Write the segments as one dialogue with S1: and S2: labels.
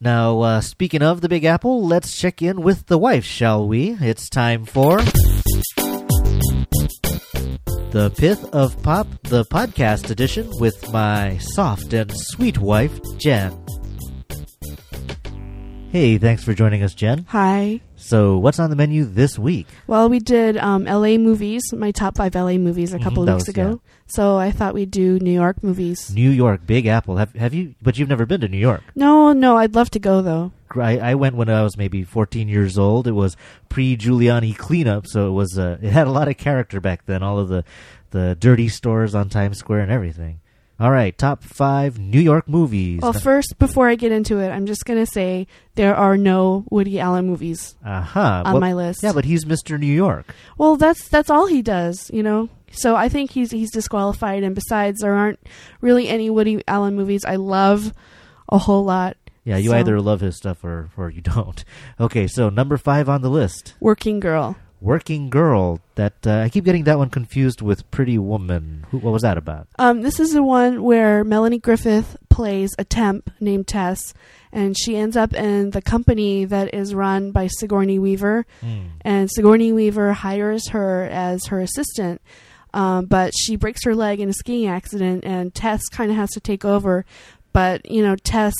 S1: Now, uh, speaking of the Big Apple, let's check in with the wife, shall we? It's time for. The Pith of Pop, the podcast edition with my soft and sweet wife, Jen. Hey, thanks for joining us, Jen.
S2: Hi.
S1: So, what's on the menu this week?
S2: Well, we did um, LA movies, my top five LA movies a couple
S1: Mhm, that
S2: of weeks
S1: was-
S2: ago. So I thought we'd do New York movies.
S1: New York, Big Apple. Have have you? But you've never been to New York.
S2: No, no, I'd love to go though.
S1: I, I went when I was maybe 14 years old. It was pre Giuliani cleanup, so it was uh, it had a lot of character back then. All of the the dirty stores on Times Square and everything. All right, top five New York movies.
S2: Well, first, before I get into it, I'm just going to say there are no Woody Allen movies.
S1: uh-huh.
S2: on
S1: Well,
S2: my list.
S1: Yeah, but he's Mr. New York.
S2: Well, that's that's all he does, you know. So I think he's he's disqualified and besides there aren't really any Woody Allen movies I love a whole lot.
S1: Yeah, you
S2: So-
S1: either love his stuff or or you don't. Okay, so number five on the list,
S2: Working Girl.
S1: Working Girl. That uh, I keep getting that one confused with Pretty Woman. Who, what was that about?
S2: Um, this is the one where Melanie Griffith plays a temp named Tess, and she ends up in the company that is run by Sigourney Weaver, and Sigourney Weaver hires her as her assistant. Um, but she breaks her leg in a skiing accident, and Tess kind of has to take over. But you know, Tess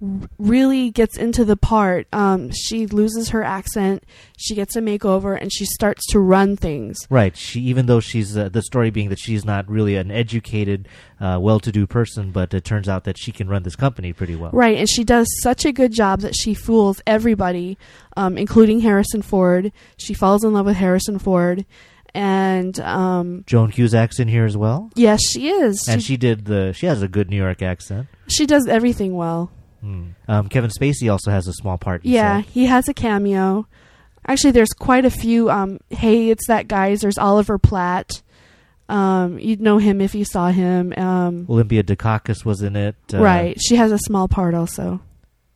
S2: r- really gets into the part. Um, she loses her accent, she gets a makeover, and she starts to run things.
S1: Right. She, even though she's uh, the story being that she's not really an educated, uh, well-to-do person, but it turns out that she can run this company pretty well.
S2: Right, and she does such a good job that she fools everybody, um, including Harrison Ford. She falls in love with Harrison Ford, and um,
S1: Joan Cusack's in here as well,
S2: yes, she is.
S1: and
S2: She,
S1: she did the. She has a good New York accent.
S2: she does everything well.
S1: Hmm. Um, Kevin Spacey also has a small part. you
S2: Yeah,
S1: said.
S2: he has a cameo. Actually, there's quite a few. Um, hey, it's that guys. There's Oliver Platt. Um, you'd know him if you saw him. Um,
S1: Olympia Dukakis was in it. uh,
S2: right, she has a small part also.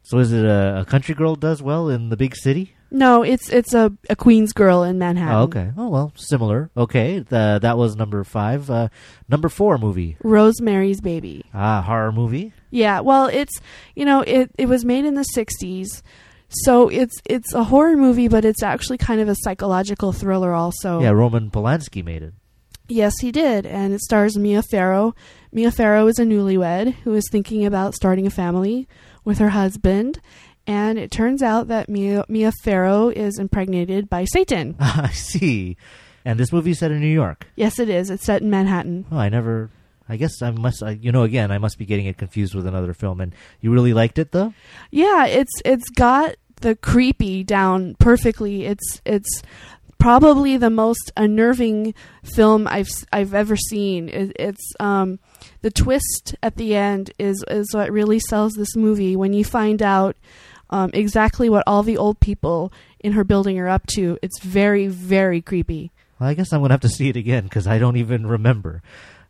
S1: So is it a, a country girl does well in the big city?
S2: No, it's it's a, a Queens girl in Manhattan.
S1: Oh, okay. Oh well, similar. Okay, the, that was number five. Uh, number four movie.
S2: Rosemary's Baby.
S1: Ah, horror movie.
S2: Yeah, well, it's you know it it was made in the '60s, so it's it's a horror movie, but it's actually kind of a psychological thriller also.
S1: Yeah, Roman Polanski made it.
S2: Yes, he did, and it stars Mia Farrow. Mia Farrow is a newlywed who is thinking about starting a family with her husband, and it turns out that Mia Mia Farrow is impregnated by Satan.
S1: I see. And this movie is set in New York.
S2: Yes, it is. It's set in Manhattan.
S1: Oh, I never. I guess I must. I, you know, again, I must be getting it confused with another film. And you really liked it, though.
S2: Yeah, it's it's got the creepy down perfectly. It's it's probably the most unnerving film I've s- I've ever seen. It, it's um, the twist at the end is is what really sells this movie. When you find out um, exactly what all the old people in her building are up to, it's very very creepy.
S1: Well, I guess I'm gonna have to see it again because I don't even remember.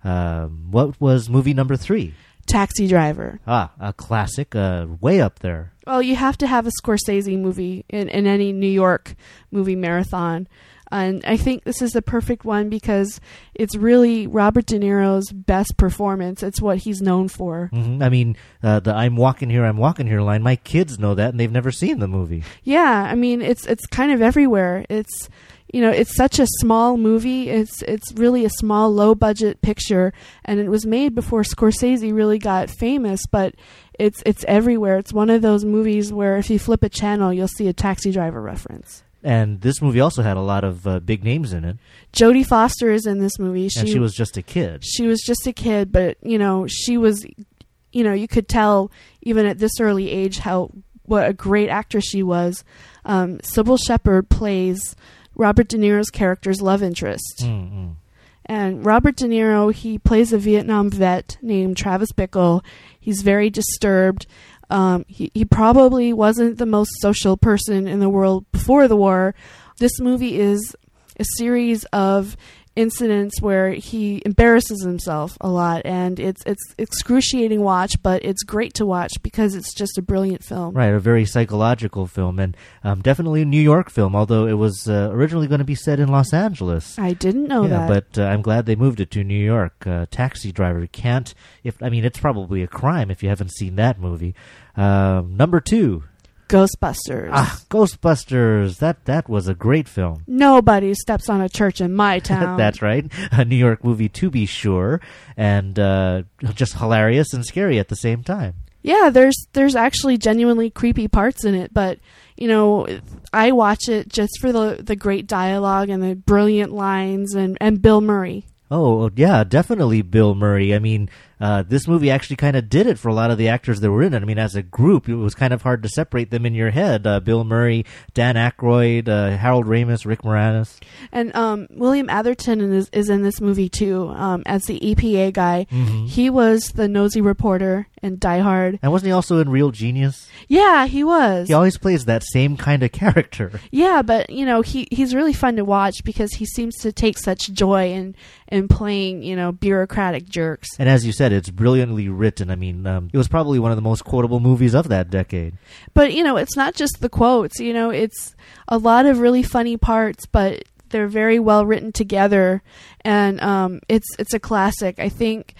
S1: Um, what was movie number three?
S2: Taxi Driver.
S1: Ah, a classic. Uh, way up there.
S2: Well, you have to have a Scorsese movie in, in any New York movie marathon. And I think this is the perfect one because it's really Robert De Niro's best performance. It's what he's known for.
S1: hmm I mean, uh, the "I'm walking here, I'm walking here" line. My kids know that, and they've never seen the movie.
S2: Yeah, I mean it's it's kind of everywhere. It's you know, it's such a small movie. It's it's really a small low budget picture and it was made before Scorsese really got famous, but it's it's everywhere. It's one of those movies where if you flip a channel, you'll see a taxi driver reference.
S1: And this movie also had a lot of uh, big names in it,
S2: Jodie Foster is in this movie. She,
S1: and she was just a kid.
S2: she was just a kid, but you know she was, you know you could tell even at this early age how what a great actress she was. Um, Sybil Shepherd plays Robert De Niro's character's love interest,
S1: Mm-mm.
S2: and Robert De Niro he plays a Vietnam vet named Travis Bickle. He's very disturbed. Um, he he probably wasn't the most social person in the world before the war. This movie is a series of incidents where he embarrasses himself a lot, and it's it's excruciating watch, but it's great to watch because it's just a brilliant film.
S1: Right, a very psychological film, and um, definitely a New York film, although it was uh, originally going to be set in Los Angeles.
S2: I didn't know
S1: yeah,
S2: that.
S1: but uh, I'm glad they moved it to New York. Uh, Taxi Driver can't. If I mean, it's probably a crime if you haven't seen that movie. Um, number two,
S2: Ghostbusters.
S1: ah, Ghostbusters. That that was a great film.
S2: Nobody steps on a church in my town.
S1: That's right. A New York movie, to be sure, and uh, just hilarious and scary at the same time.
S2: Yeah, there's there's actually genuinely creepy parts in it, but you know, I watch it just for the the great dialogue and the brilliant lines and and Bill Murray.
S1: Oh, yeah, definitely Bill Murray. I mean, uh, this movie actually kind of did it for a lot of the actors that were in it. I mean, as a group, it was kind of hard to separate them in your head. Uh, Bill Murray, Dan Aykroyd, uh, Harold Ramis, Rick Moranis.
S2: And um, William Atherton is, is in this movie too, um, as the EPA guy. He was the nosy reporter in Die Hard.
S1: And wasn't he also in Real Genius?
S2: Yeah, he was.
S1: He always plays that same kind of character.
S2: Yeah, but you know he he's really fun to watch because he seems to take such joy in in playing you know bureaucratic jerks.
S1: And as you said, it's brilliantly written. I mean, um, it was probably one of the most quotable movies of that decade.
S2: But you know it's not just the quotes. You know it's a lot of really funny parts, but they're very well written together, and um, it's it's a classic. I think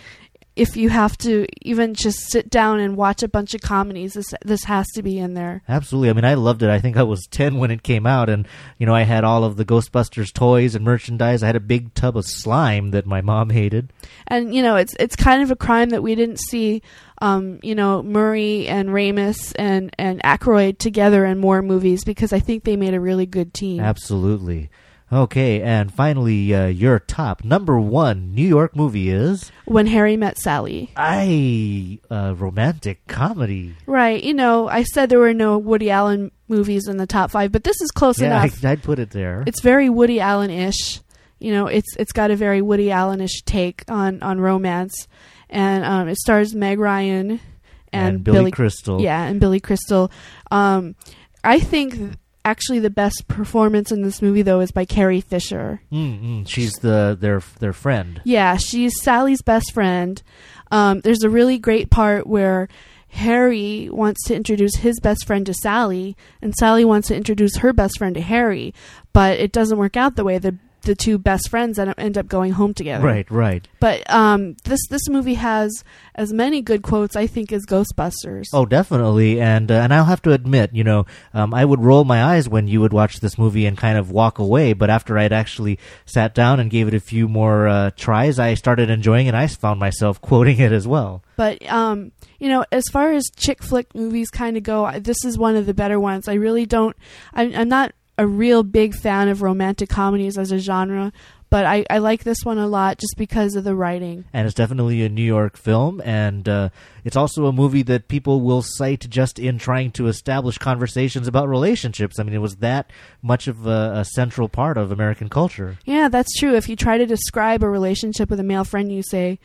S2: if you have to even just sit down and watch a bunch of comedies, this this has to be in there.
S1: Absolutely. I mean, I loved it. I think I was 10 when it came out, and, you know, I had all of the Ghostbusters toys and merchandise. I had a big tub of slime that my mom hated.
S2: and you know it's it's kind of a crime that we didn't see um, you know Murray and Ramus and and Aykroyd together in more movies because I think they made a really good team.
S1: Absolutely. Okay, and finally, uh, your top number one New York movie is
S2: When Harry Met Sally,
S1: I uh, romantic comedy.
S2: right? You know I said there were no Woody Allen movies in the top five, but this is close
S1: yeah,
S2: enough.
S1: I, I'd put it there.
S2: It's very Woody Allen ish. You know it's it's got a very Woody Allen ish take on on romance, and um, it stars Meg Ryan and,
S1: Billy,
S2: Billy
S1: Crystal.
S2: Yeah, and Billy Crystal. Um, I think th- actually the best performance in this movie though is by Carrie Fisher.
S1: Mm-mm, Mm, she's the their their friend.
S2: Yeah, she's Sally's best friend. Um, there's a really great part where Harry wants to introduce his best friend to Sally, and Sally wants to introduce her best friend to Harry, but it doesn't work out the way the the two best friends end up- end up going home together.
S1: Right, right.
S2: But um, this this movie has as many good quotes I think as Ghostbusters.
S1: Oh, definitely, and uh, and I'll have to admit, you know, um, I would roll my eyes when you would watch this movie and kind of walk away. But after I'd actually sat down and gave it a few more uh, tries, I started enjoying it. I found myself quoting it as well.
S2: But um, you know, as far as chick flick movies kind of go, I, this is one of the better ones. I really don't. I'm, I'm not a real big fan of romantic comedies as a genre, but I, I like this one a lot just because of the writing.
S1: and it's definitely a New York film, and uh, it's also a movie that people will cite just in trying to establish conversations about relationships. I mean, it was that much of a, a central part of American culture.
S2: Yeah, that's true. If you try to describe a relationship with a male friend, you say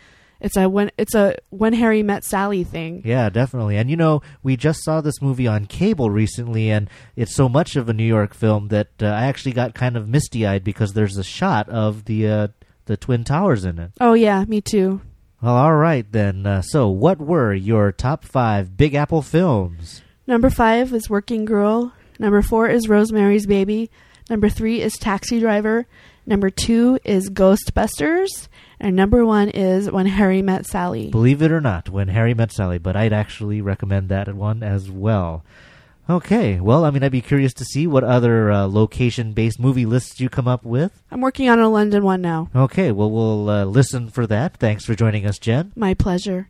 S2: it's a when it's a when Harry met Sally thing.
S1: Yeah, definitely. And you know, we just saw this movie on cable recently, and it's so much of a New York film that uh, I actually got kind of misty eyed because there's a shot of the uh, the Twin Towers in it.
S2: Oh yeah, me too.
S1: Well, all right then. Uh, so, what were your top five Big Apple films?
S2: Number five is Working Girl. Number four is Rosemary's Baby. Number three is Taxi Driver. Number two is Ghostbusters. And number one is When Harry Met Sally.
S1: Believe it or not, when Harry met Sally, but I'd actually recommend that one as well. Okay, well, I mean, I'd be curious to see what other uh, location based movie lists you come up with.
S2: I'm working on a London one now.
S1: Okay, well, we'll uh, listen for that. Thanks for joining us, Jen.
S2: My pleasure.